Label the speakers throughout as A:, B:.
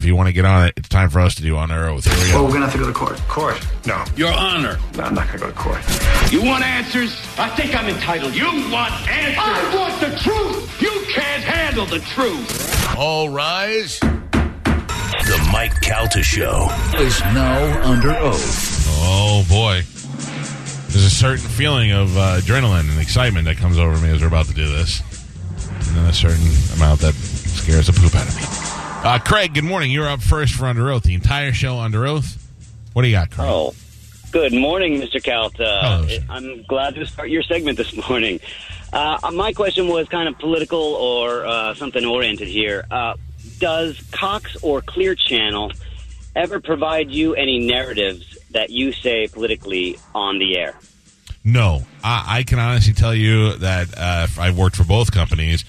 A: If you want to get on it, it's time for us to do on air oath. Here we
B: Well,
A: go.
B: we're gonna have to go to court.
C: Court.
B: No,
D: Your Honor,
B: no, I'm not gonna go to court.
D: you want answers? I think I'm entitled. You want answers? I want the truth. You can't handle the truth.
E: All rise. The Mike Calta Show is now under oath.
A: Oh boy, there's a certain feeling of uh, adrenaline and excitement that comes over me as we're about to do this, and then a certain amount that scares the poop out of me. Uh, Craig, good morning. You're up first for under oath. The entire show under oath. What do you got, Craig?
F: Oh, good morning, Mr. Calta.
A: Hello, sir.
F: I'm glad to start your segment this morning. Uh, my question was kind of political or uh, something oriented here. Uh, does Cox or Clear Channel ever provide you any narratives that you say politically on the air?
A: No, I, I can honestly tell you that uh, I worked for both companies,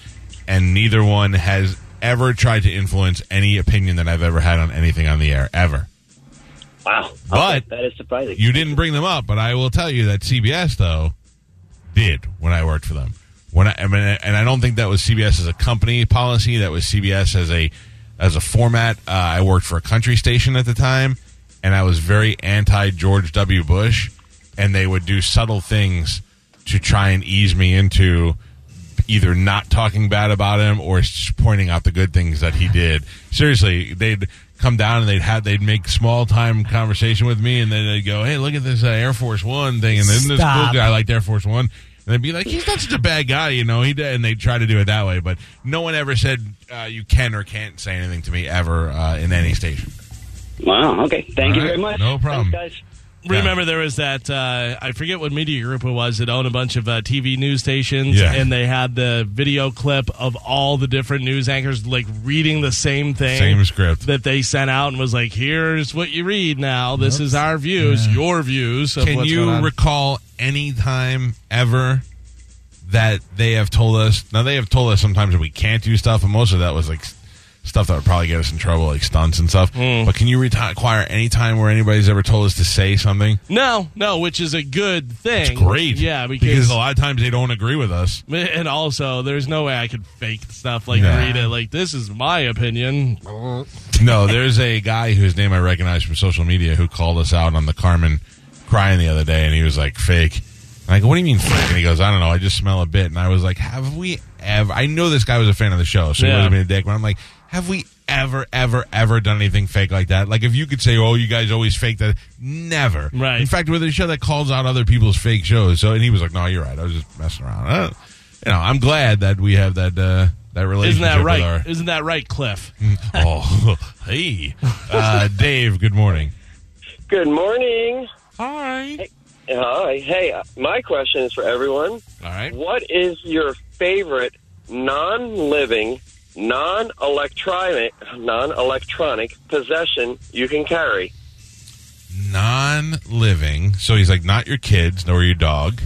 A: and neither one has ever tried to influence any opinion that I've ever had on anything on the air ever.
F: Wow,
A: But-
F: Okay, that is surprising.
A: You didn't bring them up, but I will tell you that CBS though did when I worked for them. When I, I mean, and I don't think that was CBS as a company policy. That was CBS as a as a format. Uh, I worked for a country station at the time, and I was very anti George W. Bush, and they would do subtle things to try and ease me into either not talking bad about him or s- pointing out the good things that he did. Seriously, they'd come down and they'd have they'd make small time conversation with me, and then they'd go, "Hey, look at this uh, Air Force One thing," and then this
G: Stop.
A: cool guy liked Air Force One. And they'd be like, he's not such a bad guy, you know. He did, and they try to do it that way, but no one ever said uh, you can or can't say anything to me ever uh, in any station.
F: Wow, okay. Thank you
A: All right,
F: very much.
A: no problem.
F: Thanks, guys.
H: Remember, there was that uh, I forget what media group it was that owned a bunch of uh, TV news stations,
A: Yeah.
H: and they had the video clip of all the different news anchors like reading the same thing,
A: Same script.
H: that they sent out, and was like, "Here's what you read now. This is our views, your views." Of
A: Can
H: what's going
A: you
H: on."
A: recall any time ever that they have told us? Now they have told us sometimes that we can't do stuff, and most of that was like s- stuff that would probably get us in trouble, like stunts and stuff. But can you reti- acquire any time where anybody's ever told us to say something?
H: no, no, which is a good thing.
A: It's great,
H: yeah,
A: because a lot of times they don't agree with us.
H: And also, there's no way I could fake stuff like
A: Nah.
H: read it. Like this is my opinion.
A: No, there's a guy whose name I recognize from social media who called us out on the Carmen crying the other day, and he was like, fake. And I go, what do you mean fake? And he goes, I don't know. I just smell a bit. And I was like, have we ever? I know this guy was a fan of the show, so he
H: Yeah.
A: wasn't being a dick, but I'm like, have we ever, ever, ever done anything fake like that? Like, if you could say, oh, you guys always fake that, never.
H: Right.
A: In fact, we're the show that calls out other people's fake shows. So, and he was like, no, you're right. I was just messing around. I don't- you know, I'm glad that we have that, uh, that
H: Isn't
A: relationship
H: that
A: with
H: right?
A: our
H: Isn't that right, Cliff?
A: oh, hey, uh, Dave. Good morning.
I: Good morning.
H: Hi.
I: Hi. Hey, uh, my question is for everyone.
A: All right.
I: What is your favorite non-living, non-electronic, non-electronic possession you can carry?
A: Non-living. So he's like not your kids nor your dog.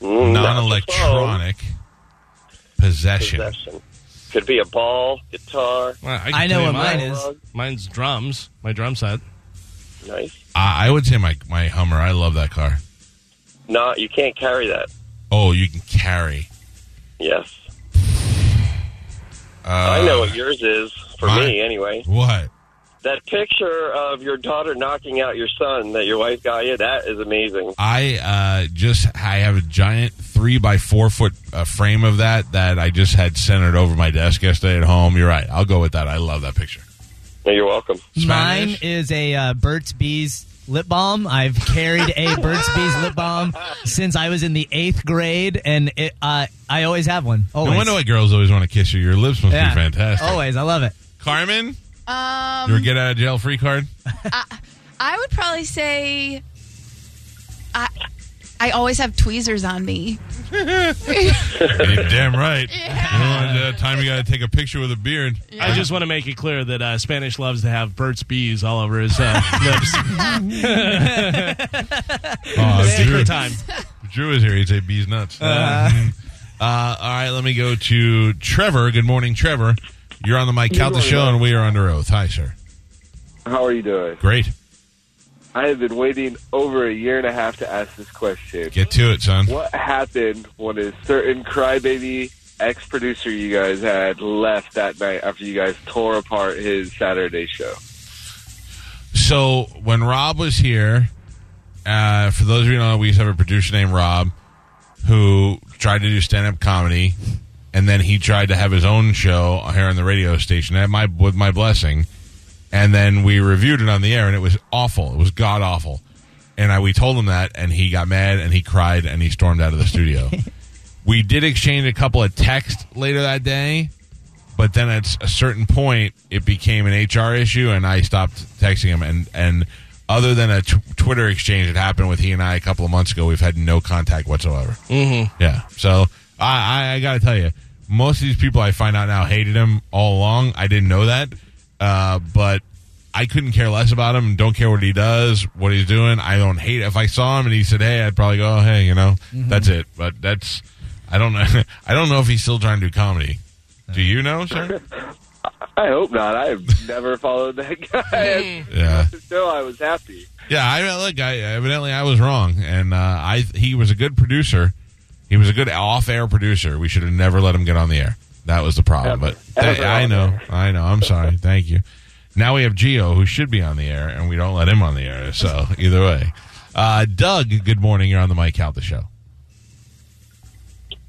I: Mm, not
A: Non-electronic
I: the
A: possession.
I: phone, possession. Could be a ball, guitar.
A: Well, I,
G: I
A: can tell
G: know
A: you
G: what
A: my-
G: mine is.
H: Mine's drums. My drum set.
I: Nice.
A: I, I would say my my Hummer. I love that car.
I: No, you can't carry that.
A: Oh, you can carry.
I: Yes.
A: Uh,
I: I know what yours is for
A: mine-
I: me anyway.
A: What?
I: That picture of your daughter knocking out your son that your wife got you, that is amazing.
A: I uh, just I have a giant three by four foot uh, frame of that that I just had centered over my desk yesterday at home. You're right. I'll go with that. I love that picture.
I: You're welcome.
A: Spanish?
G: Mine is a uh, Burt's Bees lip balm. I've carried a Burt's Bees lip balm since I was in the eighth grade, and it, uh, I always have one. Always.
A: No wonder why girls always want to kiss you. Your lips must
G: Yeah.
A: be fantastic.
G: Always. I love it.
A: Carmen,
J: Um,
A: your get out of jail free card.
J: I would probably say I I always have tweezers on me.
A: You're damn right. You know, uh, time you got to take a picture with a beard.
H: I just want to make it clear that uh, Spanish loves to have Burt's Bees all over his uh, lips.
A: Oh, Drew,
H: Secret time.
A: Drew is here. He'd say bees nuts. Uh, all right, let me go to Trevor. Good morning, Trevor. You're on the Mike Calta show, and we are under oath. Hi, sir.
K: How are you doing?
A: Great.
K: I have been waiting over a year and a half to ask this question.
A: Get to it, son.
K: What happened when a certain crybaby ex producer you guys had left that night after you guys tore apart his Saturday show?
A: so when Rob was here, uh, for those of you who don't know, we used to have a producer named Rob who tried to do stand up comedy, and then he tried to have his own show here on the radio station at my with my blessing, and then we reviewed it on the air, and it was awful. It was god awful, and I, we told him that, and he got mad, and he cried, and he stormed out of the studio. we did exchange a couple of texts later that day. But then at a certain point, it became an HR issue, and I stopped texting him. And, and other than a t- Twitter exchange that happened with he and I a couple of months ago, we've had no contact whatsoever. Mm-hmm. Yeah. So I, I, I got to tell you, most of these people I find out now hated him all along. I didn't know that. Uh, but I couldn't care less about him. Don't care what he does, what he's doing. I don't hate If I saw him and he said, hey, I'd probably go, oh, hey, you know, that's it. But that's, I don't know. I don't know if he's still trying to do comedy. Do you know, sir?
K: I hope not. I've never followed that guy.
A: yeah.
K: so I was happy.
A: Yeah, I mean, look. I evidently I was wrong, and uh, I he was a good producer. He was a good off-air producer. We should have never let him get on the air. That was the problem.
K: Ever.
A: But th-
K: Ever
A: I
K: on
A: know, I know. I'm sorry. Thank you. Now we have Geo, who should be on the air, and we don't let him on the air. So either way, uh, Doug. Good morning. You're on the Mike Out the show.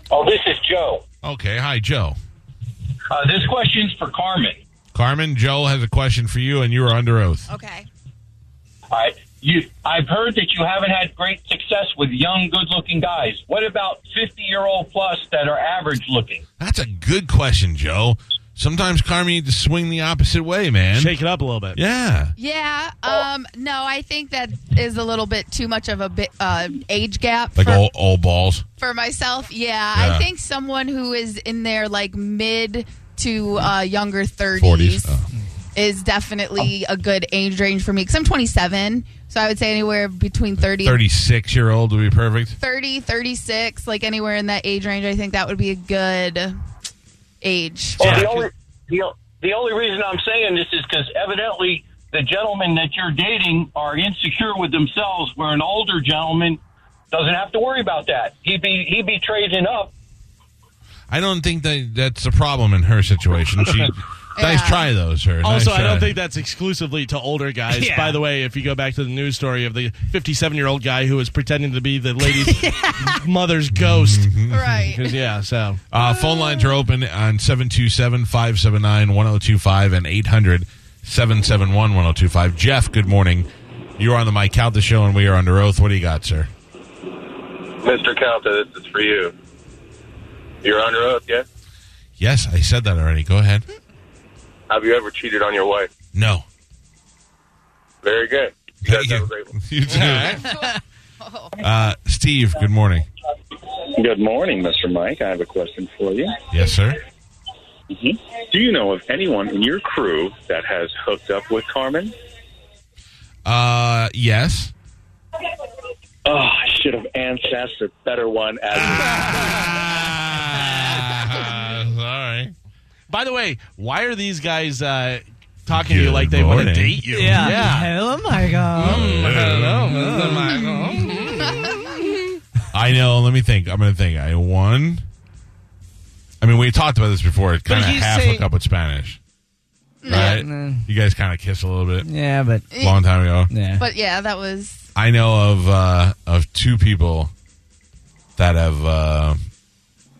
B: Oh, this is Joe.
A: Okay. Hi, Joe.
B: Uh, this question's for Carmen.
A: Carmen. Joe has a question for you, and you are under oath.
J: Okay.
B: I, you, I've heard that you haven't had great success with young, good-looking guys. What about fifty-year-old plus that are average-looking?
A: That's a good question, Joe. Sometimes Carmen needs to swing the opposite way, man.
H: Shake it up a little bit.
A: Yeah.
J: Yeah.
A: Oh.
J: Um. No, I think that is a little bit too much of a bit uh, age gap
A: Like
J: for,
A: old, old balls.
J: for myself. Yeah,
A: Yeah.
J: I think someone who is in their like mid to uh, younger 30s
A: 40s. Oh.
J: is definitely a good age range for me because I'm 27. So I would say anywhere between 30 and
A: 36 year old would be perfect.
J: 30, 36, like anywhere in that age range, I think that would be a good age.
B: Well,
A: Yeah.
B: the only the, the only reason I'm saying this is because evidently the gentlemen that you're dating are insecure with themselves, where an older gentleman doesn't have to worry about that. He be he be trading up.
A: I don't think that that's a problem in her situation. She, Nice
J: Yeah.
A: try, though, sir. Nice
H: Also, I don't
A: try.
H: think that's exclusively to older guys.
G: Yeah.
H: By the way, if you go back to the news story of the 57 year old guy who was pretending to be the lady's mother's ghost.
J: Right.
H: 'Cause, yeah, so.
A: Uh, phone lines are open on 727 579 1025 and 800 771 1025. Jeff, good morning. You're on the Mike Out the Show, and we are under oath. What do you got, sir?
K: Mr. Calta, this is for you. You're on your oath, yeah?
A: Yes, I said that already. Go ahead.
K: Have you ever cheated on your wife?
A: No.
K: Very good. You guys have a great one.
A: You too. Uh, Steve, good morning.
C: Good morning, Mr. Mike. I have a question for you.
A: Yes, sir.
C: Do you know of anyone in your crew that has hooked up with Carmen?
A: Uh, yes.
C: Oh, I should have asked a better one. As
A: Ah, sorry.
H: By the way, why are these guys uh, talking to you
A: Good
H: like they want to
A: morning.
H: date you?
G: Yeah. Hello, my God.
A: I know. Let me think. I'm going to think. I won. I mean, we talked about this before. It kind of
G: he's
A: half
G: saying-
A: hook up with Spanish, right?
G: Mm,
A: You guys kind of kiss a little bit.
G: Yeah, but
A: Long time ago,
G: yeah.
J: But yeah, that was.
A: I know of uh, of two people that have uh,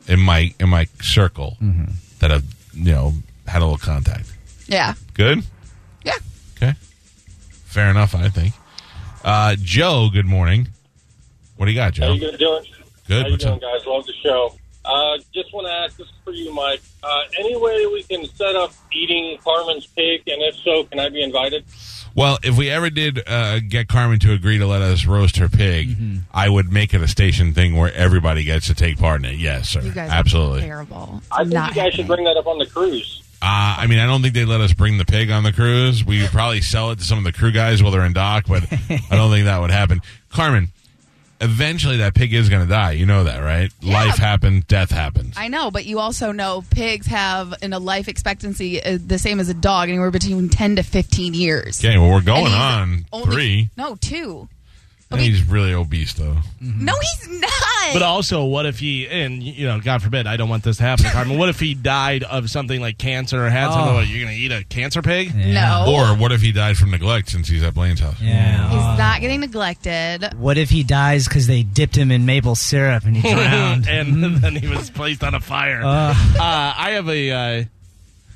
A: in my in my circle
J: Mm-hmm.
A: that have you know had a little contact.
J: Yeah.
A: Good.
J: Yeah.
A: Okay. Fair enough, I think. Uh, Joe, good morning. What do you got,
I: How
A: Joe?
I: you guys doing?
A: Good.
I: How you
A: What's
I: doing,
A: up?
I: guys? Love the show. Uh, just want to ask this is for you, Mike. Uh, any way we can set up eating Carmen's pig, and if so, can I be invited?
A: Well, if we ever did uh, get Carmen to agree to let us roast her pig,
J: Mm-hmm.
A: I would make it a station thing where everybody gets to take part in it. Yes, sir.
J: You guys Are
A: Absolutely. Uh,
J: terrible.
I: I think
J: Not
I: you guys should
J: happening.
I: bring that up on the cruise.
A: I mean, I don't think they let us bring the pig on the cruise. We would probably sell it to some of the crew guys while they're in dock, but I don't think that would happen. Carmen, eventually that pig is going to die. You know that, right? Life happens, death happens.
J: I know, but you also know pigs have in a life expectancy uh, the same as a dog, anywhere between ten to fifteen years.
A: Okay, well, we're
J: And
A: going
J: he's
A: on
J: only-
A: three.
J: No, two.
A: I think he's uh, really obese though.
J: No, he's not.
H: But also, what if he and you know, God forbid, I don't want this to happen. Carmen, what if he died of something like cancer or had something?
A: Oh.
H: Like, You're going to eat a cancer pig?
J: No.
A: Or what if he died from neglect since he's at Blaine's house?
G: Yeah.
J: He's not getting neglected.
G: What if he dies because they dipped him in maple syrup and he drowned?
H: and then he was placed on a fire.
G: Uh.
H: Uh, I have a uh,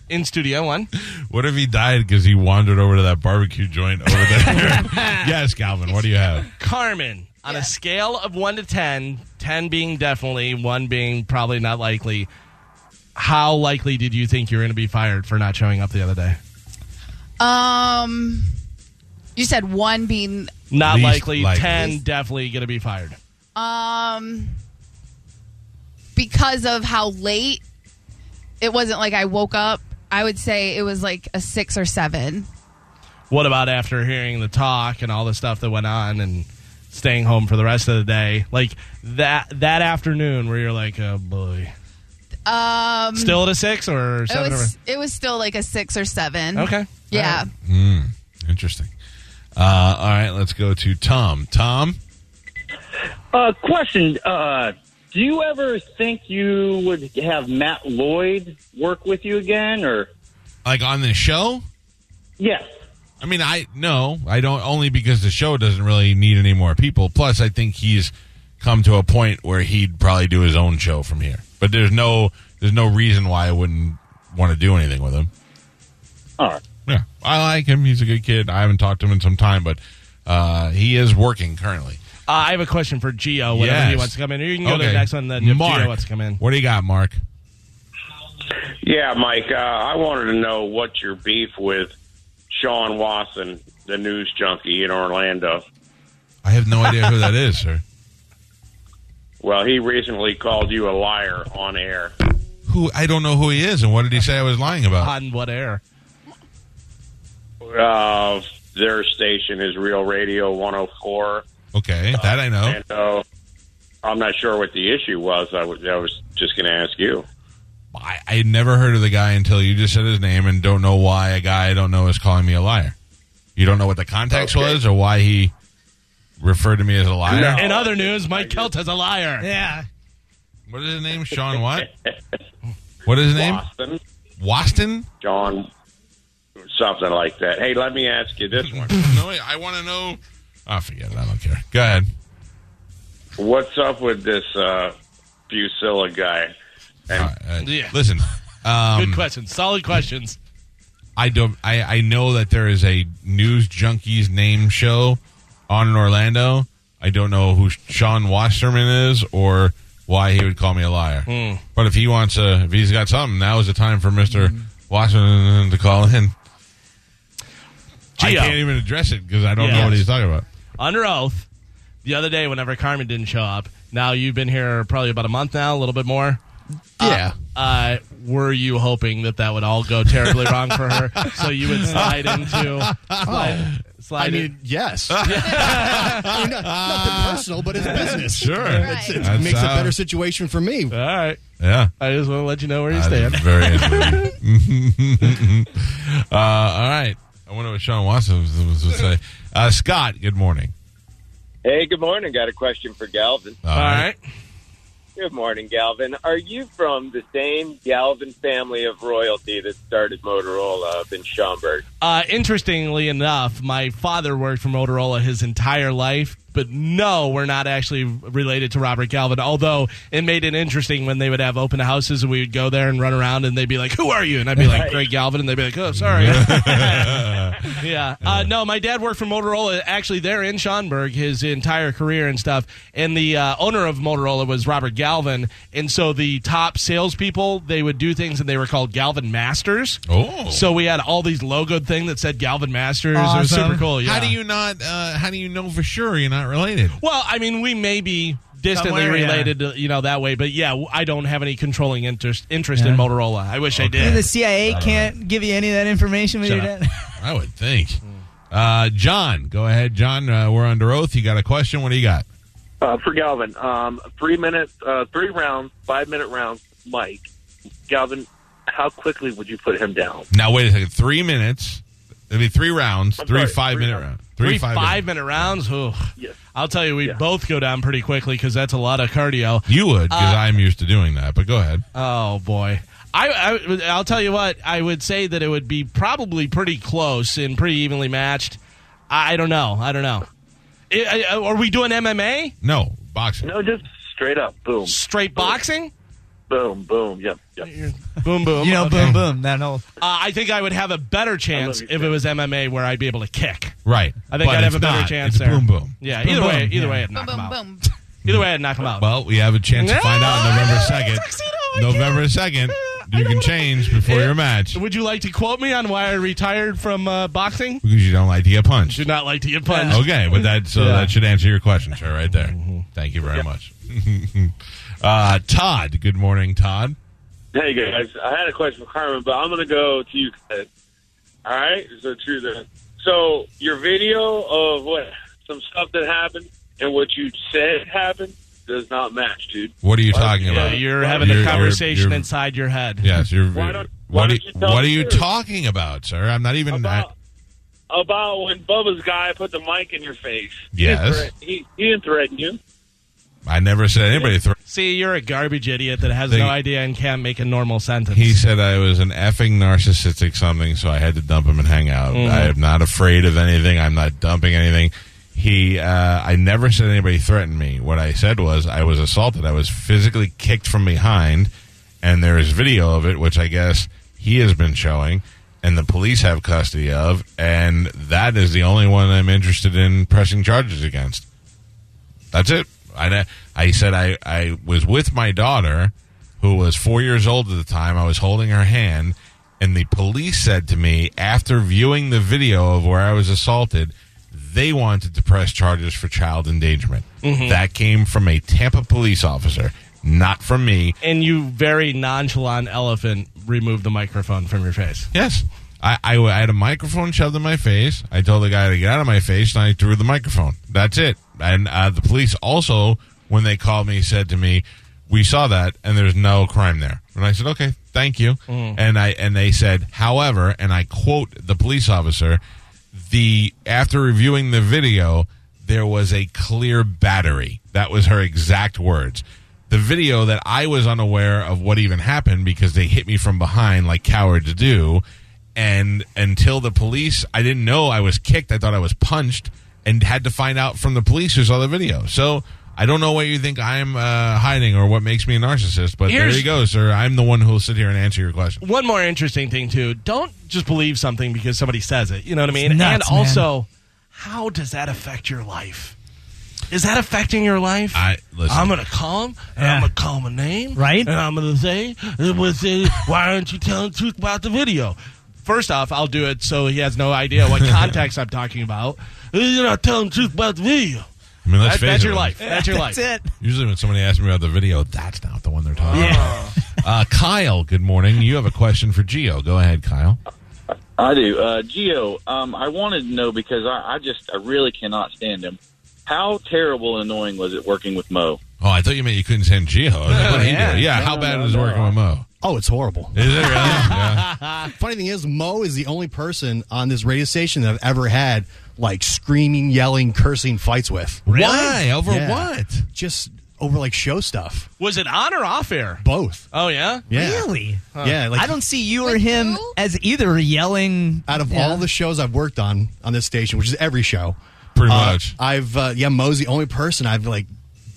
H: in studio one.
A: What if he died because he wandered over to that barbecue joint over there? yes, Calvin. What do you have?
H: Carmen, on a scale of 1 to 10, 10 being definitely, 1 being probably not likely, how likely did you think you were going to be fired for not showing up the other day?
J: Um, you said one being
H: Not
A: Least
H: likely,
A: likely.
H: 10 definitely going to be fired.
J: um because of how late it wasn't like I woke up. I would say it was like a six or seven.
H: What about after hearing the talk and all the stuff that went on and staying home for the rest of the day? Like that that afternoon where you're like, oh boy.
J: Um,
H: Still at a 6 or
J: it
H: 7
J: was it was still like a six or seven.
H: Okay. Uh,
J: Yeah.
A: Hmm. Interesting. Uh, all right, let's go to Tom. Tom,
L: Uh, question: uh, Do you ever think you would have Matt Lloyd work with you again, or
A: like on this show?
L: Yes.
A: I mean, I no, I don't. Only because the show doesn't really need any more people. Plus, I think he's come to a point where he'd probably do his own show from here. But there's no there's no reason why I wouldn't want to do anything with him.
L: All right.
A: Yeah, I like him. He's a good kid. I haven't talked to him in some time, but uh, he is working currently.
H: Uh, I have a question for Gio whenever he
A: Yes.
H: wants to come in. Or you can go to the
A: Okay.
H: next one then if
A: Mark.
H: Gio wants to come in.
A: What do you got, Mark?
I: Yeah, Mike, uh, I wanted to know what your beef with Sean Watson, the news junkie in Orlando.
A: I have no idea who that is, sir.
I: Well, he recently called you a liar on air.
A: Who I don't know who he is, and what did he say I was lying about?
H: On what air?
I: Uh, their station is Real Radio 104.
A: Okay, that I know.
I: Uh, And so I'm not sure what the issue was. I was, I was just going to ask you.
A: I, I had never heard of the guy until you just said his name and don't know why a guy I don't know is calling me a liar. You don't know what the context was or why he referred to me as a liar?
H: In other news, Mike Kelt is a liar.
G: Yeah.
A: What is his name? Sean what? What is his name?
I: Watson.
A: Waston?
I: John, something like that. Hey, let me ask you this one.
A: No, I want to know. I forget it. I don't care. Go ahead.
I: What's up with this uh, Fusilla guy? And
H: Yeah.
A: Listen, um,
H: Good questions. Solid questions.
A: I don't. I, I know that there is a news junkies name show on in Orlando. I don't know who Sean Wasserman is or why he would call me a liar. But if he wants a, if he's got something, now is the time for Mister Wasserman to call in. I
H: Gio.
A: can't even address it because I don't know
H: Yeah.
A: what he's talking about.
H: Under oath, the other day, whenever Carmen didn't show up, now you've been here probably about a month now, a little bit more.
A: Yeah.
H: Uh, uh, were you hoping that that would all go terribly wrong for her? So you would slide into. Slide, slide
M: I
H: in-
M: mean, yes. I mean, not- nothing personal, but it's business.
A: Sure.
M: It's- it
A: That's
M: makes
A: how-
M: a better situation for me. All
H: right.
A: Yeah.
H: I just want to let you know where you
A: Uh,
H: stand.
A: that's Very interesting. uh, all right. I wonder what Sean Watson was going to say. Uh, Scott, good morning.
N: Hey, good morning. Got a question for Galvin.
A: All right.
N: Good morning, Galvin. Are you from the same Galvin family of royalty that started Motorola up in Schaumburg?
H: Uh, interestingly enough, my father worked for Motorola his entire life, but no, we're not actually related to Robert Galvin. Although it made it interesting when they would have open houses and we would go there and run around and they'd be like, "Who are you?" and I'd be like,
N: Right.
H: "Greg Galvin," and they'd be like, "Oh, sorry." yeah. Uh, no, my dad worked for Motorola. Actually, there in Schaumburg his entire career and stuff. And the uh, owner of Motorola was Robert Galvin. And so the top salespeople, they would do things and they were called Galvin Masters.
A: Oh.
H: So we had all these logoed thing that said Galvin Masters. It was
A: Awesome.
H: super cool. Yeah.
A: How do you not? Uh, how do you know for sure you're not related?
H: Well, I mean, we may be distantly
A: Somewhere, yeah.
H: related, to, you know, that way. But yeah, w- I don't have any controlling interest interest in Motorola. I wish I
G: Even
H: did.
G: the CIA
H: I don't
G: can't give you any of that information. With
H: Shut
G: your
H: up.
G: dad.
A: I would think. Uh, John, go ahead, John. Uh, we're under oath. You got a question? What do you got?
K: Uh, for Galvin, um, three minutes, uh, three rounds, five minute rounds. Mike, Galvin, how quickly would you put him down?
A: Now wait a second. Three minutes. It'll be three rounds,
H: I'm
A: three
H: sorry,
A: five
H: three
A: minute
H: rounds.
A: round,
H: Three
A: five
H: five minute rounds. Ooh. I'll tell you, we both go down pretty quickly because that's a lot of cardio.
A: You would because
H: Uh,
A: I'm used to doing that. But go ahead.
H: Oh boy. I, I I'll tell you what I would say that it would be probably pretty close and pretty evenly matched. I, I don't know. I don't know. I- I- are we doing MMA?
A: No boxing.
H: No, just
C: Straight up, boom.
H: straight boxing.
C: Boom, boom. Yep, yep.
H: Boom boom.
G: You know,
H: Okay.
G: boom boom. That old.
H: Uh, I think I would have a better chance if it was MMA where I'd be able to kick.
A: Right.
H: I think
A: But
H: I'd have
A: it's
H: a better
A: not.
H: chance
A: It's
H: there.
A: boom, boom.
H: Yeah.
A: It's boom,
H: either way,
A: boom.
H: either
A: Yeah.
H: way, I'd knock
J: Boom,
H: him out.
J: boom.
H: Either way, I'd knock him out.
A: Well, we have a chance to find out November second. November second, you can change before your match
H: Would you like to quote me on why I retired from uh, boxing?
A: because you don't like to get punched.
H: Do not like to get punched.
A: Okay, but that so
H: Yeah.
A: that should answer your question, sir. Right there. Thank you very much. uh, Todd. Good morning, Todd.
I: Hey guys, I had a question for Carmen, but I'm gonna go to you guys. All right, so true then. So your video of what some stuff that happened and what you said happened does not match, dude.
A: What are you talking
H: Yeah,
A: about?
H: Uh, you're having
A: You're-
H: a
A: you're-
H: conversation
A: you're-
H: inside your head.
A: Yes, you're.
H: Why don't-
A: what
H: why
A: are-
H: don't you tell
A: what are
H: the
A: you
H: truth?
A: talking about, sir? I'm not even. I-
I: About when Bubba's guy put the mic in your face. he,
A: Yes.
I: didn't threat- he, he didn't threaten you.
A: I, never said anybody. Th-
H: See, you're a garbage idiot that has
A: They-
H: no idea and can't make a normal sentence.
A: he said I was an effing narcissistic something, so I had to dump him and hang out.
H: Mhm.
A: I am not afraid of anything. I'm not dumping anything. He, uh, I never said anybody threatened me. What I said was I was assaulted. I was physically kicked from behind, and there is video of it, which I guess he has been showing, and the police have custody of, and that is the only one I'm interested in pressing charges against. That's it. I, I said I, I was with my daughter, who was four years old at the time. I was holding her hand, and the police said to me after viewing the video of where I was assaulted, they wanted to press charges for child endangerment.
H: Mhm.
A: That came from a Tampa police officer, not from me.
H: and you very nonchalant elephant removed the microphone from your face.
A: Yes. I, I, I had a microphone shoved in my face. I told the guy to get out of my face, and I threw the microphone. That's it. And uh, the police also, when they called me, said to me, "We saw that, and there's no crime there." And I said, "Okay, thank you." And I and they said, "However," and I quote the police officer, "the after reviewing the video, there was a clear battery." That was her exact words the video that I was unaware of what even happened because they hit me from behind like cowards do. And until the police, I didn't know I was kicked. I thought I was punched and had to find out from the police who saw the video. So I don't know what you think I'm uh, hiding or what makes me a narcissist, but
H: Here's-
A: there you go, sir. I'm the one who will sit here and answer your question.
H: One more interesting thing too: don't just believe something because somebody says it. You know what I mean?
A: nuts,
H: and
A: man.
H: also, how does that affect your life? Is that affecting your life?
A: I listen.
H: I'm gonna call him, and I'm gonna call him a name,
G: Right.
H: And I'm gonna say, I'm gonna say, why aren't you telling the truth about the video? First off, I'll do it so he has no idea what context I'm talking about. You're not telling the truth about the video.
A: I mean, let's
H: That-
A: face
H: that's
A: it,
H: your
A: when-
H: life. That's your life.
G: That's it.
A: Usually, when somebody asks me about the video, that's not the one they're talking about. Uh, Kyle, good morning. You have a question for Geo. Go ahead, Kyle.
O: I do. Uh, Geo, um, I wanted to know because I, I just, I really cannot stand him. How terrible and annoying was it working with Mo?
A: Oh, I thought you meant you couldn't send Geo. I was like, what are you
O: Yeah.
A: doing? Yeah,
O: No,
A: how
O: no,
A: bad
O: no,
A: was
O: no.
A: working with Mo?
M: Oh, it's horrible.
A: Is it really? yeah.
M: Funny thing is, Mo is the only person on this radio station that I've ever had like screaming, yelling, cursing fights with.
A: Really? Why? Over
M: Yeah.
A: what?
M: Just over like show stuff.
H: Was it on or off air?
M: Both.
H: Oh yeah,
M: Yeah.
G: Really?
M: Huh. Yeah, like-
G: I don't see you or him as either yelling.
M: Out of
G: Yeah.
M: all the shows I've worked on on this station, which is every show,
A: Pretty
M: uh,
A: much.
M: I've uh, yeah, Mo's the only person I've like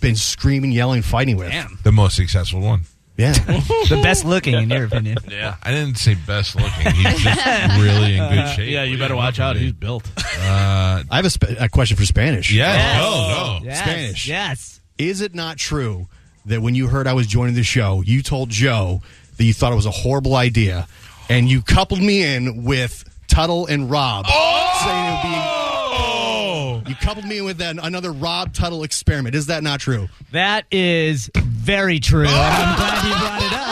M: been screaming, yelling, fighting with.
A: The most successful one.
M: Yeah,
G: the best looking, in your opinion.
A: Yeah. I didn't say best looking. He's just really in good shape.
H: Uh, Yeah, you better watch out. He's built.
A: Uh,
M: I have a, sp- a question for Spanish.
A: yeah. Oh, no.
G: Yes.
M: Spanish.
G: Yes.
M: Is it not true that when you heard I was joining the show, you told Joe that you thought it was a horrible idea, and you coupled me in with Tuttle and Rob, saying it would be. You coupled me in with an, another Rob Tuttle experiment. Is that not true?
G: That is very true. and I'm glad you brought it up.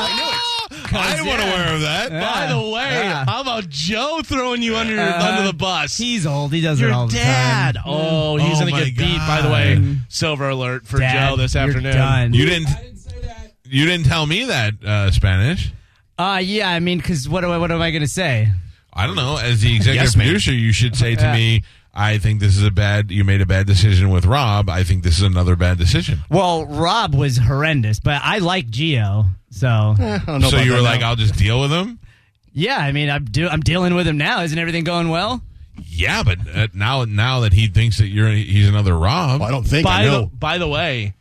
A: I wasn't aware of that.
H: By the way,
G: Yeah.
H: how about Joe throwing you under your,
G: Uh,
H: under the bus?
G: He's old. He Mm. does
H: your
G: it all the
H: dad.
G: time.
H: Oh, he's
A: Oh, my
H: gonna get beat. By the
A: God.
H: way, silver alert for
G: Dad,
H: Joe this
G: you're
H: afternoon.
G: done.
A: You didn't. You didn't tell me that uh, Spanish.
G: Uh, yeah, I mean, because what, am I- what am I going to say?
A: I don't know. As the executive
M: Yes, man.
A: producer, you should say to
H: Yeah.
A: me, "I think this is a bad. You made a bad decision with Rob. I think this is another bad decision."
G: Well, Rob was horrendous, but I like Geo, so.
A: so you were like, "I'll just deal with him."
G: yeah, I mean, I'm do- I'm dealing with him now. Isn't everything going well?
A: Yeah, but uh, now now that he thinks that you're he's another Rob, I don't
H: by The, by the way,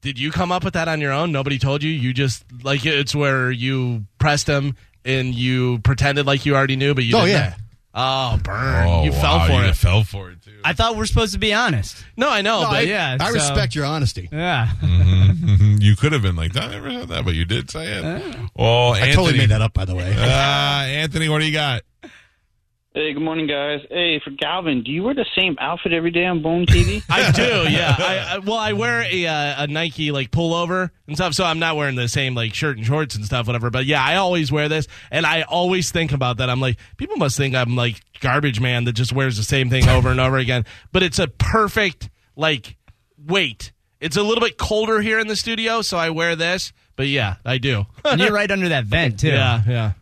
H: did you come up with that on your own? Nobody told you. You just like it's where you pressed him and you pretended like you already knew, but you.
G: Oh,
H: didn't
G: yeah.
H: know. Oh, burn!
A: Oh,
H: you fell
A: wow,
H: for
A: you
H: it.
A: fell for it too.
G: I thought we're supposed to be honest.
H: No, I know,
M: No,
H: but
M: I-
H: yeah,
M: I
H: so-
M: respect your honesty.
G: Yeah.
A: you could have been like, "I never said that," but you did say it. Oh,
M: I totally
A: Anthony.
M: made that up, by the way.
A: Uh, Anthony, what do you got?
P: Hey, good morning, guys. Hey, for Galvin, do you wear the same outfit every day on Boom TV?
H: I do, yeah. I, I, well, I wear a, uh, a Nike like pullover and stuff, so I'm not wearing the same like shirt and shorts and stuff, whatever. But yeah, I always wear this, and I always think about that. I'm like, people must think I'm like garbage man that just wears the same thing over and over again. But it's a perfect like weight. It's a little bit colder here in the studio, so I wear this. But yeah, I do.
G: And you're right under that vent too.
H: Yeah, yeah.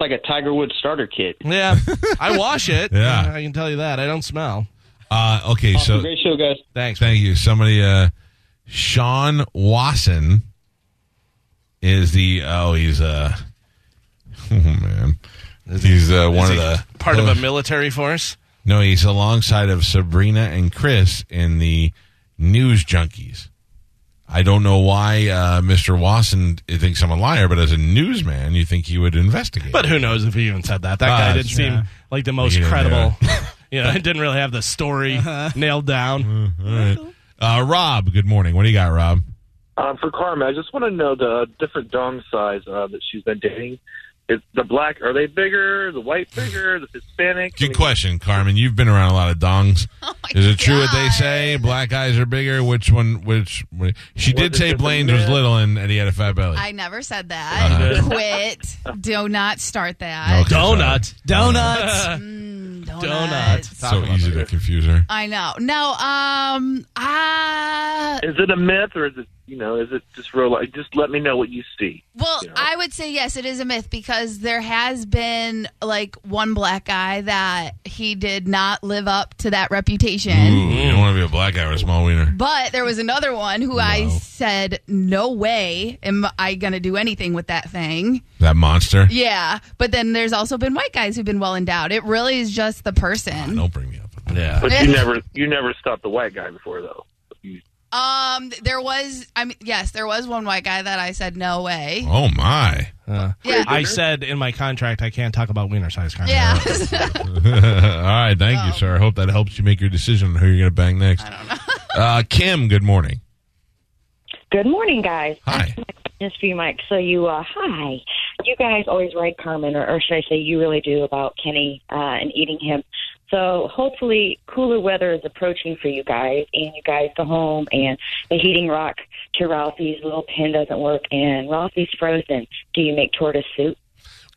P: Like a Tiger Woods starter kit.
H: Yeah, I wash it.
A: Yeah.
H: I can tell you that. I don't smell.
A: Uh, okay, so
H: Great
P: show, guys.
H: Thanks.
A: Thank you. Somebody, uh, Sean Wasson is the, oh, he's, uh, oh, man. He's uh, one
H: Is he
A: of the.
H: part of a military force.
A: No, he's alongside of Sabrina and Chris in the News Junkies. I don't know why uh, Mr. Wasson thinks I'm a liar, but as a newsman, you think he would investigate.
H: But who knows if he even said that? That
A: Ah,
H: guy didn't
A: yeah.
H: seem like the most
A: He didn't, Uh-huh.
H: credible. you know, it didn't really have the story nailed down.
A: All right. Uh, Rob, good morning. What do you got, Rob?
Q: Um, for Carmen, I just want to know the different dong size uh, that she's been dating. Is the black are they bigger? The white bigger? The Hispanic?
A: Good question, Carmen. You've been around a lot of dongs. Is it true what they say? Black eyes are bigger. Which one? Which wh- she did say Blaine's was little and, and he had a fat belly.
J: I never said that.
A: Uh-huh.
J: Quit. Do not start that. Mm,
A: Okay, sorry.
G: Donuts.
A: Donuts. So easy to confuse her.
J: I know. No. Um. Uh,
Q: Is it a myth or is it you know is it just real? Like, just let me know what you see.
J: Well, I would say yes, it is a myth because there has been like one black guy that he did not live up to that reputation.
A: Ooh, you don't want to be a black guy with a small wiener.
J: But there was another one who I said, "No way am I going to do anything with that thing."
A: That monster.
J: Yeah, but then there's also been white guys who've been well endowed. It really is just the person.
A: Don't bring me up. Yeah.
Q: But you never you never stopped the white guy before though.
J: Um, there was, I mean, yes, there was one white guy that I said, "No way."
A: Oh my!
J: Yeah.
H: I said in my contract I can't talk about wiener size. Carmen.
J: Yeah.
A: All right, thank you, sir. I hope that helps you make your decision on who you're going to bang next. Oh. I don't know. uh, Kim, good morning.
R: Good morning, guys.
A: Hi.
R: Just for you, Mike. So you, uh, hi. You guys always ride Carmen, or, or should I say, you really do about Kenny uh, and eating him. So hopefully, cooler weather is approaching for you guys, and you guys go home, and the heating rock to Ralphie's little pin doesn't work, and Ralphie's frozen. Do you make tortoise soup?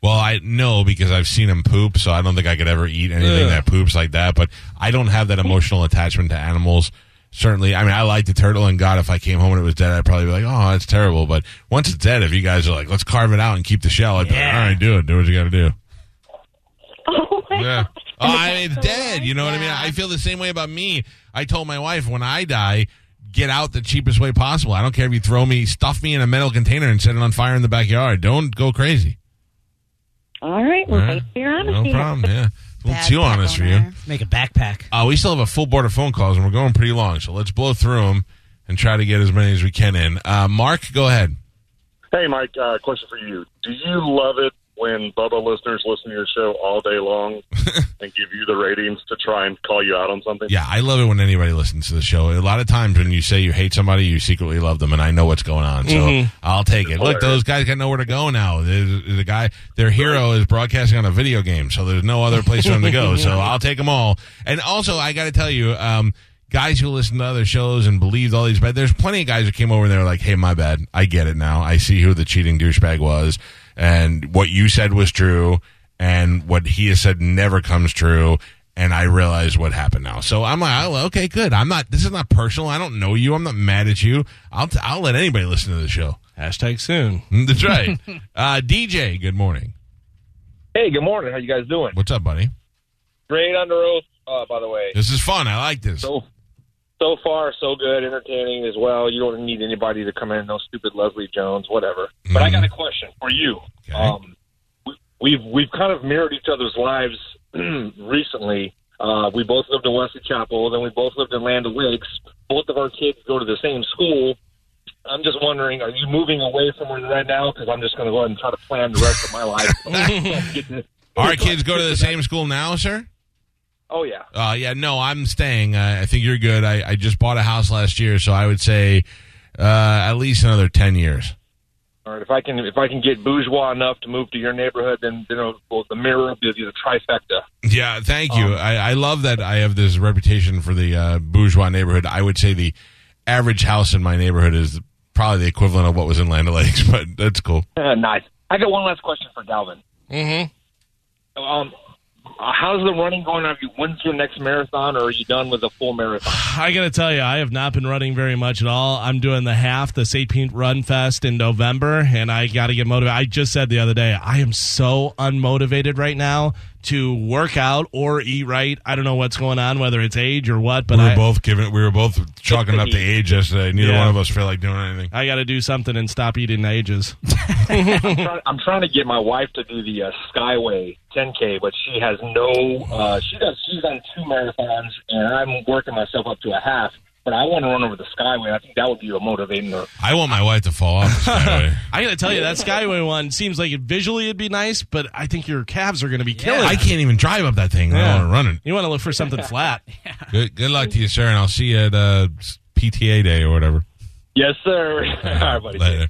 A: Well, I know because I've seen him poop, so I don't think I could ever eat anything
H: Ugh.
A: that poops like that. But I don't have that emotional attachment to animals. Certainly, I mean, I like the turtle, and God, if I came home and it was dead, I'd probably be like, "Oh, that's terrible." But once it's dead, if you guys are like, "Let's carve it out and keep the shell," I'd be like, "All right, do it. Do what you got to do." yeah. Oh, I mean, it's dead. You know what I mean? I feel the same way about me. I told my wife when I die, get out the cheapest way possible. I don't care if you throw me, stuff me in a metal container and set it on fire in the backyard. Don't go crazy.
R: All right. Well,
A: All right.
R: thanks for your
A: No
R: honesty.
A: problem. Yeah. A little
R: Bad
A: too honest for you.
G: Make a backpack.
A: Uh, we still have a full board of phone calls, and we're going pretty long. So let's blow through them and try to get as many as we can in. Uh, Mark, go ahead.
S: Hey, Mike, uh, question for you. Do you love it when Bubba listeners listen to your show all day long and give you the ratings to try and call you out on something?
A: Yeah, I love it when anybody listens to the show. A lot of times when you say you hate somebody, you secretly love them, and I know what's going on. So
S: Mhm.
A: I'll take it. Look, those guys got nowhere to go now. The the guy, their hero is broadcasting on a video game, so there's no other place for them to go. So I'll take them all. And also, I got to tell you, um, guys who listen to other shows and believed all these bad, there's plenty of guys who came over and they were like, "Hey, my bad. I get it now. I see who the cheating douchebag was, and what you said was true." and what he has said never comes true. And I realize what happened now. So I'm like, oh, okay, good. I'm not, this is not personal. I don't know you. I'm not mad at you. I'll, t- I'll let anybody listen to the show.
H: Hashtag soon.
A: That's right. uh, DJ, good morning.
T: Hey, good morning. How you guys doing?
A: What's up, buddy?
T: Great under oath, uh, by the way.
A: This is fun. I like this.
T: So, so far, so good. Entertaining as well. You don't need anybody to come in. No stupid Leslie Jones, whatever. But I
A: Mm-hmm.
T: got a question for you. Um, we, we've we've kind of mirrored each other's lives recently. Uh, we both lived in Wesley Chapel, then we both lived in Land O'Lakes. Both of our kids go to the same school. I'm just wondering, are you moving away from where you're right now? Because I'm just going to go ahead and try to plan the rest of my life. Get to-
A: Our kids go to the same school now, sir?
T: oh yeah.
A: Uh, yeah, no, I'm staying. Uh, I, I think you're good. I, I just bought a house last year, so I would say uh, at least another 10 years.
T: All right, if I can if I can get bourgeois enough to move to your neighborhood, then then it'll- well, the mirror will be the trifecta.
A: Yeah, thank you. I, I love that I have this reputation for the uh, bourgeois neighborhood. I would say the average house in my neighborhood is probably the equivalent of what was in Land O'Lakes, but that's cool.
T: Uh, nice. I got one last question for Galvin.
H: Mm-hmm.
T: Um, uh, how's the running going? Have you when's your next marathon, or are you done with a full marathon?
H: I gotta tell you, I have not been running very much at all. I'm doing the half, the 18th Run Fest in November, and I gotta get motivated. I just said the other day, I am so unmotivated right now to work out or eat right. I don't know what's going on, whether it's age or what, but
A: we were
H: I,
A: both giving. We were both chalking it up to age yesterday. Neither
H: Yeah.
A: one of us felt like doing anything.
H: I gotta do something and stop eating ages.
T: I'm, trying, I'm trying to get my wife to do the uh, Skyway 10K, but she has no. Uh, she does. She's on two marathons, and I'm working myself up to a half. But I want to run over the Skyway. I think that would be a motivator.
A: I want my wife to fall off. I
H: gotta tell you, that Skyway one seems like it visually it'd be nice, but I think your calves are gonna be killing.
A: I
H: it.
A: can't even drive up that thing.
H: Yeah.
A: I don't want to run
H: You want to look for something flat.
A: it. Good, good luck to you, sir, and I'll see you at uh, PTA day or whatever.
T: Yes, sir. All right, buddy.
A: Later.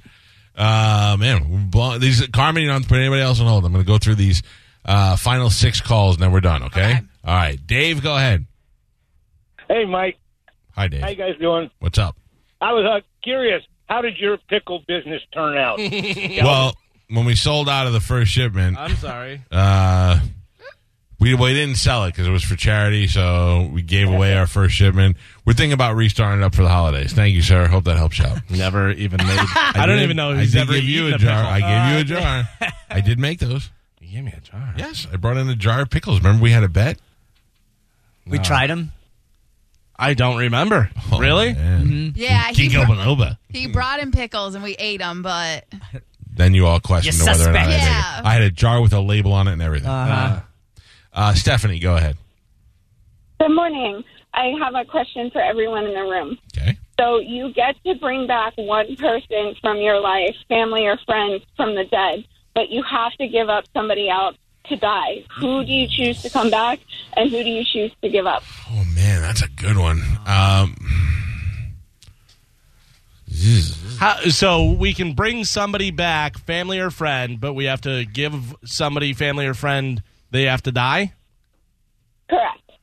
A: Uh, man, we're blown- these Carmen, you don't put anybody else on hold. I'm going to go through these uh, final six calls, and then we're done. Okay? All right, Dave, go ahead.
U: Hey, Mike.
A: Hi, Dave.
U: How you guys doing?
A: What's up?
U: I was uh, curious. How did your pickle business turn out?
A: Well, when we sold out of the first shipment,
U: I'm sorry.
A: Uh, we, we didn't sell it because it was for charity, so we gave away our first shipment. We're thinking about restarting it up for the holidays. Thank you, sir. Hope that helps you out.
H: Never even made. I, don't
A: did-
H: even know
A: I
H: he's
A: did
H: ever
A: give you
H: eaten
A: a jar.
H: pickle. Uh,
A: I gave you a jar. I did make those.
H: You gave me a jar.
A: Yes, I brought in a jar of pickles. Remember, we had a bet.
G: We tried them.
H: I don't remember.
A: Oh,
H: really? Mm-hmm.
J: Yeah, he,
A: Ginkgo
J: br-
A: biloba.
J: he brought in pickles and we ate them, but
A: Then you all questioned
J: You
A: whether or not I
J: suspect.
A: had,
J: Yeah.
A: it. I had a jar with a label on it and everything.
V: Uh-huh.
A: Uh, Stephanie, go ahead.
V: Good morning. I have a question for everyone in the room.
A: Okay.
V: So you get to bring back one person from your life, family or friends from the dead, but you have to give up somebody else to die. Who do you choose to come back and who do you choose to give up?
A: Oh, Man, that's a good one. Um,
H: How, so we can bring somebody back, family or friend, but we have to give somebody, family or friend, they have to die.
V: Correct.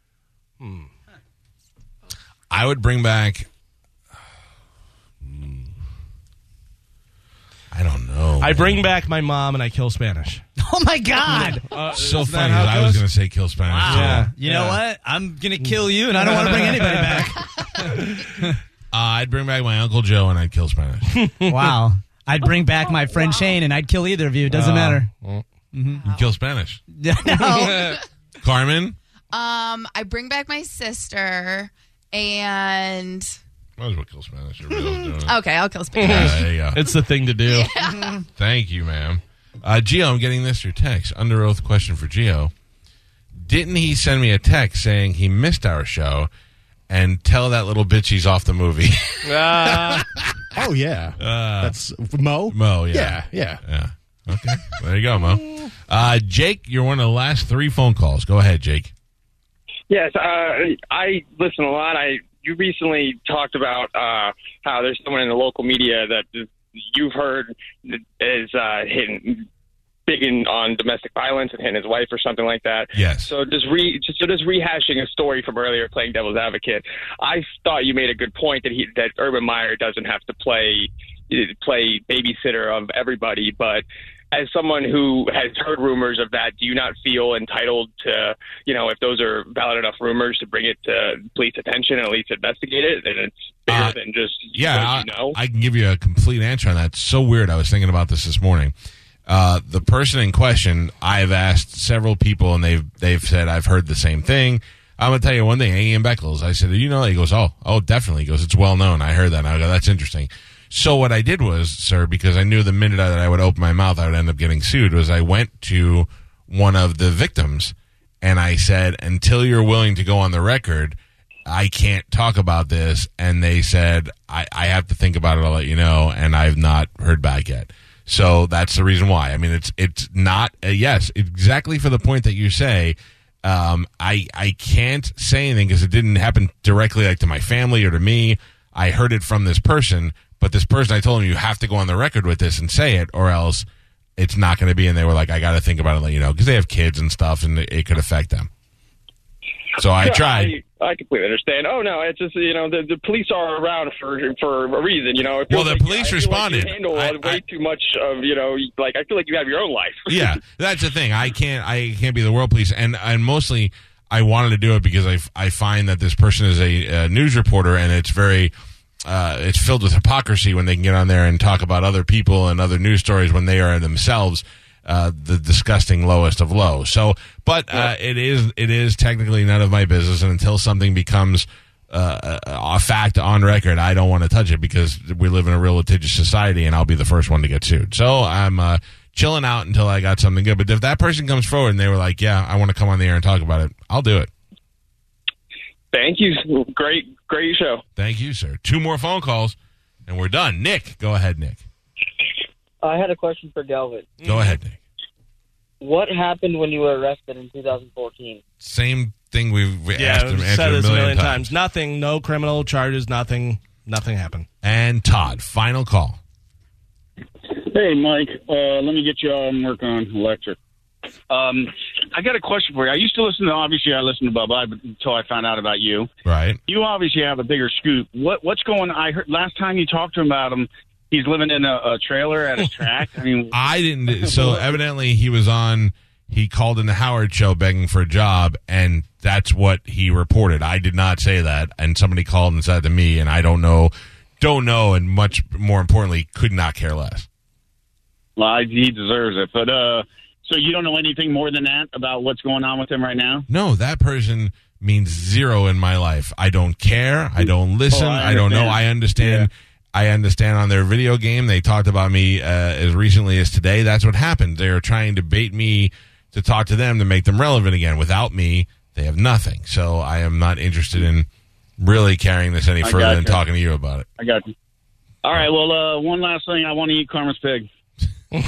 A: I would bring back. I don't know.
H: I bring back my mom and I kill Spanish.
G: Oh my God!
A: so
H: isn't that
A: funny.
H: how it
A: 'cause I was
H: goes?
A: going to say kill Spanish.
G: Wow.
A: too.
G: Ah. You know what? I'm gonna kill you, and I don't want to bring anybody back.
A: Uh, I'd bring back my uncle Joe and I'd kill Spanish.
G: wow. I'd bring back my friend Shane, and I'd kill either of you. It doesn't
A: Uh,
G: matter.
A: well,
G: Mhm.
A: You'd kill Spanish.
G: No.
A: Carmen.
J: um, I bring back my sister and
A: Might as well kill Spanish. Everybody else doing it.
J: okay, I'll kill Spanish.
A: Yeah, there you go.
H: It's the thing to do.
A: Thank you, ma'am. Uh, Gio, I'm getting this through text. Under oath question for Gio. Didn't he send me a text saying he missed our show and tell that little bitch he's off the movie?
M: oh yeah,
H: Uh,
M: that's Mo.
A: Mo,
M: yeah,
A: yeah.
M: yeah.
A: Yeah. Okay. there you go, Mo. Uh, Jake, you're one of the last three phone calls. Go ahead, Jake.
W: Yes, uh, I listen a lot. I you recently talked about uh, how there's someone in the local media that you've heard is uh, hitting big in, on domestic violence and hitting his wife or something like that.
A: Yes.
W: So just re just, so just rehashing a story from earlier, playing devil's advocate. I thought you made a good point that he that Urban Meyer doesn't have to play play babysitter of everybody, but as someone who has heard rumors of that, do you not feel entitled to, you know, if those are valid enough rumors to bring it to police attention and at least investigate it? Then it's bigger than just
A: Yeah,
W: what you know.
A: I, I can give you a complete answer on that. It's so weird. I was thinking about this this morning. Uh, the person in question, I've asked several people, and they've they've said I've heard the same thing. I'm gonna tell you one thing. Ian Beckles, I said, "Do you know?" that?" He goes, "Oh, oh, definitely." He goes, "It's well known." I heard that. And I go, "That's interesting." So what I did was, sir, because I knew the minute that I would open my mouth, I would end up getting sued. Was I went to one of the victims and I said, "Until you're willing to go on the record." I can't talk about this. And they said, I, I have to think about it. I'll let you know. And I've not heard back yet. So that's the reason why. I mean, it's it's not a yes, exactly for the point that you say. Um, I I can't say anything because it didn't happen directly like to my family or to me. I heard it from this person, but this person I told him you have to go on the record with this and say it, or else it's not going to be. And they were like, I got to think about it, and let you know, because they have kids and stuff, and it, it could affect them. So I
W: Yeah,
A: tried.
W: I, I completely understand. Oh no, it's just you know the, the police are around for for a reason. You know. It
A: Well,
W: feels
A: the
W: like-
A: police
W: I feel like you
A: responded.
W: handle uh, way too much of you know like I feel like you have your own life.
A: yeah, that's the thing. I can't. I can't be the world police, and and mostly I wanted to do it because I, I find that this person is a, uh news reporter, and it's very uh, it's filled with hypocrisy when they can get on there and talk about other people and other news stories when they are themselves uh, the disgusting lowest of low. So, but uh, it is it is technically none of my business, and until something becomes uh, a, a fact on record, I don't want to touch it because we live in a real litigious society, and I'll be the first one to get sued. So I'm uh, chilling out until I got something good. But if that person comes forward and they were like, "Yeah, I want to come on the air and talk about it," I'll do it.
W: Thank you. Great, great show.
A: Thank you, sir. Two more phone calls, and we're done. Nick, go ahead, Nick.
D: I had a question for Galvin.
A: Go ahead, Nick.
D: What happened when you were arrested in 2014?
A: Same thing we've we asked him
H: we've
A: answered
H: said
A: a
H: this
A: million, times.
H: Nothing. No criminal charges. Nothing. Nothing happened.
A: And Todd, final call.
E: Hey, Mike, uh, let me get you all and work on electric. Um, I got a question for you. I used to listen to, obviously, I listened to Bubba but- until I found out about you.
A: Right.
E: You obviously have a bigger scoop. What What's going I heard last time you talked to him about him, he's living in a, a trailer at a track. I mean,
A: I didn't. So evidently, he was on. He called in the Howard Show begging for a job, and that's what he reported. I did not say that, and somebody called and said to me, and I don't know, don't know, and much more importantly, could not care less.
E: well, I, he deserves it. But uh, so you don't know anything more than that about what's going on with him right now?
A: No, that person means zero in my life. I don't care. I don't listen.
E: Oh, I
A: I, don't know.
E: understand.
A: I understand. I understand on their video game. They talked about me uh, as recently as today. That's what happened. They are trying to bait me to talk to them to make them relevant again. Without me, they have nothing. So I am not interested in really carrying this any
E: I
A: further than
E: gotcha.
A: talking to you about it.
E: I got you. All right, well, uh, one last thing. I want to eat Karma's pig.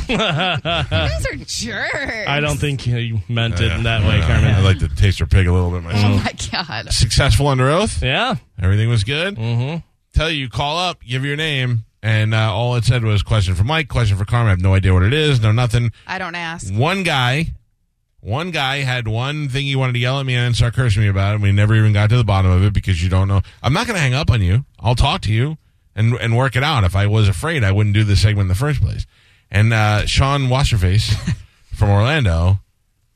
J: Those are jerks.
H: I don't think you meant it in that
A: Yeah,
H: way,
A: yeah,
H: Carmen.
A: I like to taste her pig a little bit
J: Oh
A: myself.
J: my god.
A: Successful under oath.
H: Yeah,
A: everything was good. Mm-hmm. Tell you, call up, give your name, and uh, all it said was question for Mike, question for Carmen. I have no idea what it is, no nothing.
J: I don't ask.
A: One guy, one guy had one thing he wanted to yell at me and then start cursing me about it. We never even got to the bottom of it because you don't know. I'm not going to hang up on you. I'll talk to you and and work it out. If I was afraid, I wouldn't do this segment in the first place. And uh, Sean Washerface from Orlando,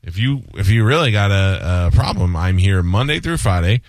A: if you if you really got a, a problem, I'm here Monday through Friday.